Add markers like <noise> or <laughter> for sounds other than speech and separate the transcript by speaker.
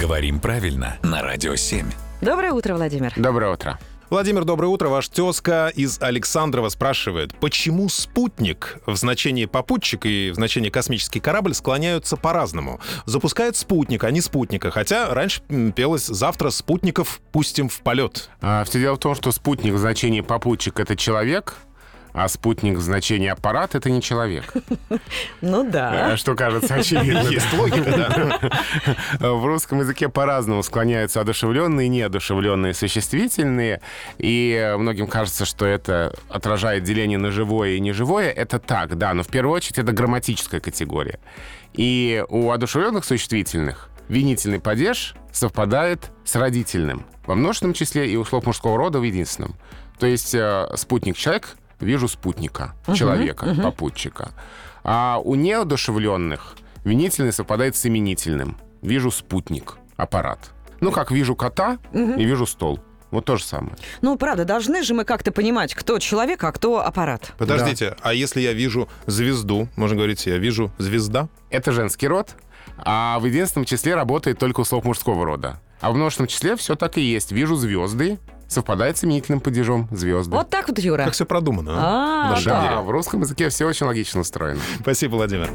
Speaker 1: Говорим правильно на Радио 7.
Speaker 2: Доброе утро, Владимир.
Speaker 3: Доброе утро.
Speaker 4: Владимир, доброе утро. Ваш тезка из Александрова спрашивает, почему спутник в значении попутчик и в значении космический корабль склоняются по-разному? Запускает спутник, а не спутника. Хотя раньше м, пелось «завтра спутников пустим в полет».
Speaker 3: А, все дело в том, что спутник в значении попутчик это человек, а спутник в значении аппарат это не человек.
Speaker 2: Ну да.
Speaker 3: Э, Что
Speaker 4: <laughs>
Speaker 3: кажется очевидно.
Speaker 4: Есть логика, да?
Speaker 3: Э, В русском языке по-разному склоняются одушевленные и неодушевленные существительные. И многим кажется, что это отражает деление на живое и неживое. Это так, да, но в первую очередь это грамматическая категория. И у одушевленных существительных винительный падеж совпадает с родительным во множественном числе и у слов мужского рода в единственном. То есть э, спутник-человек вижу спутника, человека, попутчика. А у неодушевленных винительный совпадает с именительным. Вижу спутник, аппарат. Ну, как вижу кота и вижу стол. Вот то же самое.
Speaker 2: Ну, правда, должны же мы как-то понимать, кто человек, а кто аппарат.
Speaker 4: Подождите, а если я вижу звезду, можно говорить, я вижу звезда?
Speaker 3: Это женский род, а в единственном числе работает только у слов мужского рода. А в множественном числе все так и есть. Вижу звезды, совпадает с именительным падежом звезды.
Speaker 2: Вот так вот, Юра.
Speaker 4: Как все продумано. а?
Speaker 2: А,
Speaker 4: На самом
Speaker 3: да,
Speaker 4: деле.
Speaker 3: в русском языке все очень логично устроено.
Speaker 4: Спасибо, Владимир.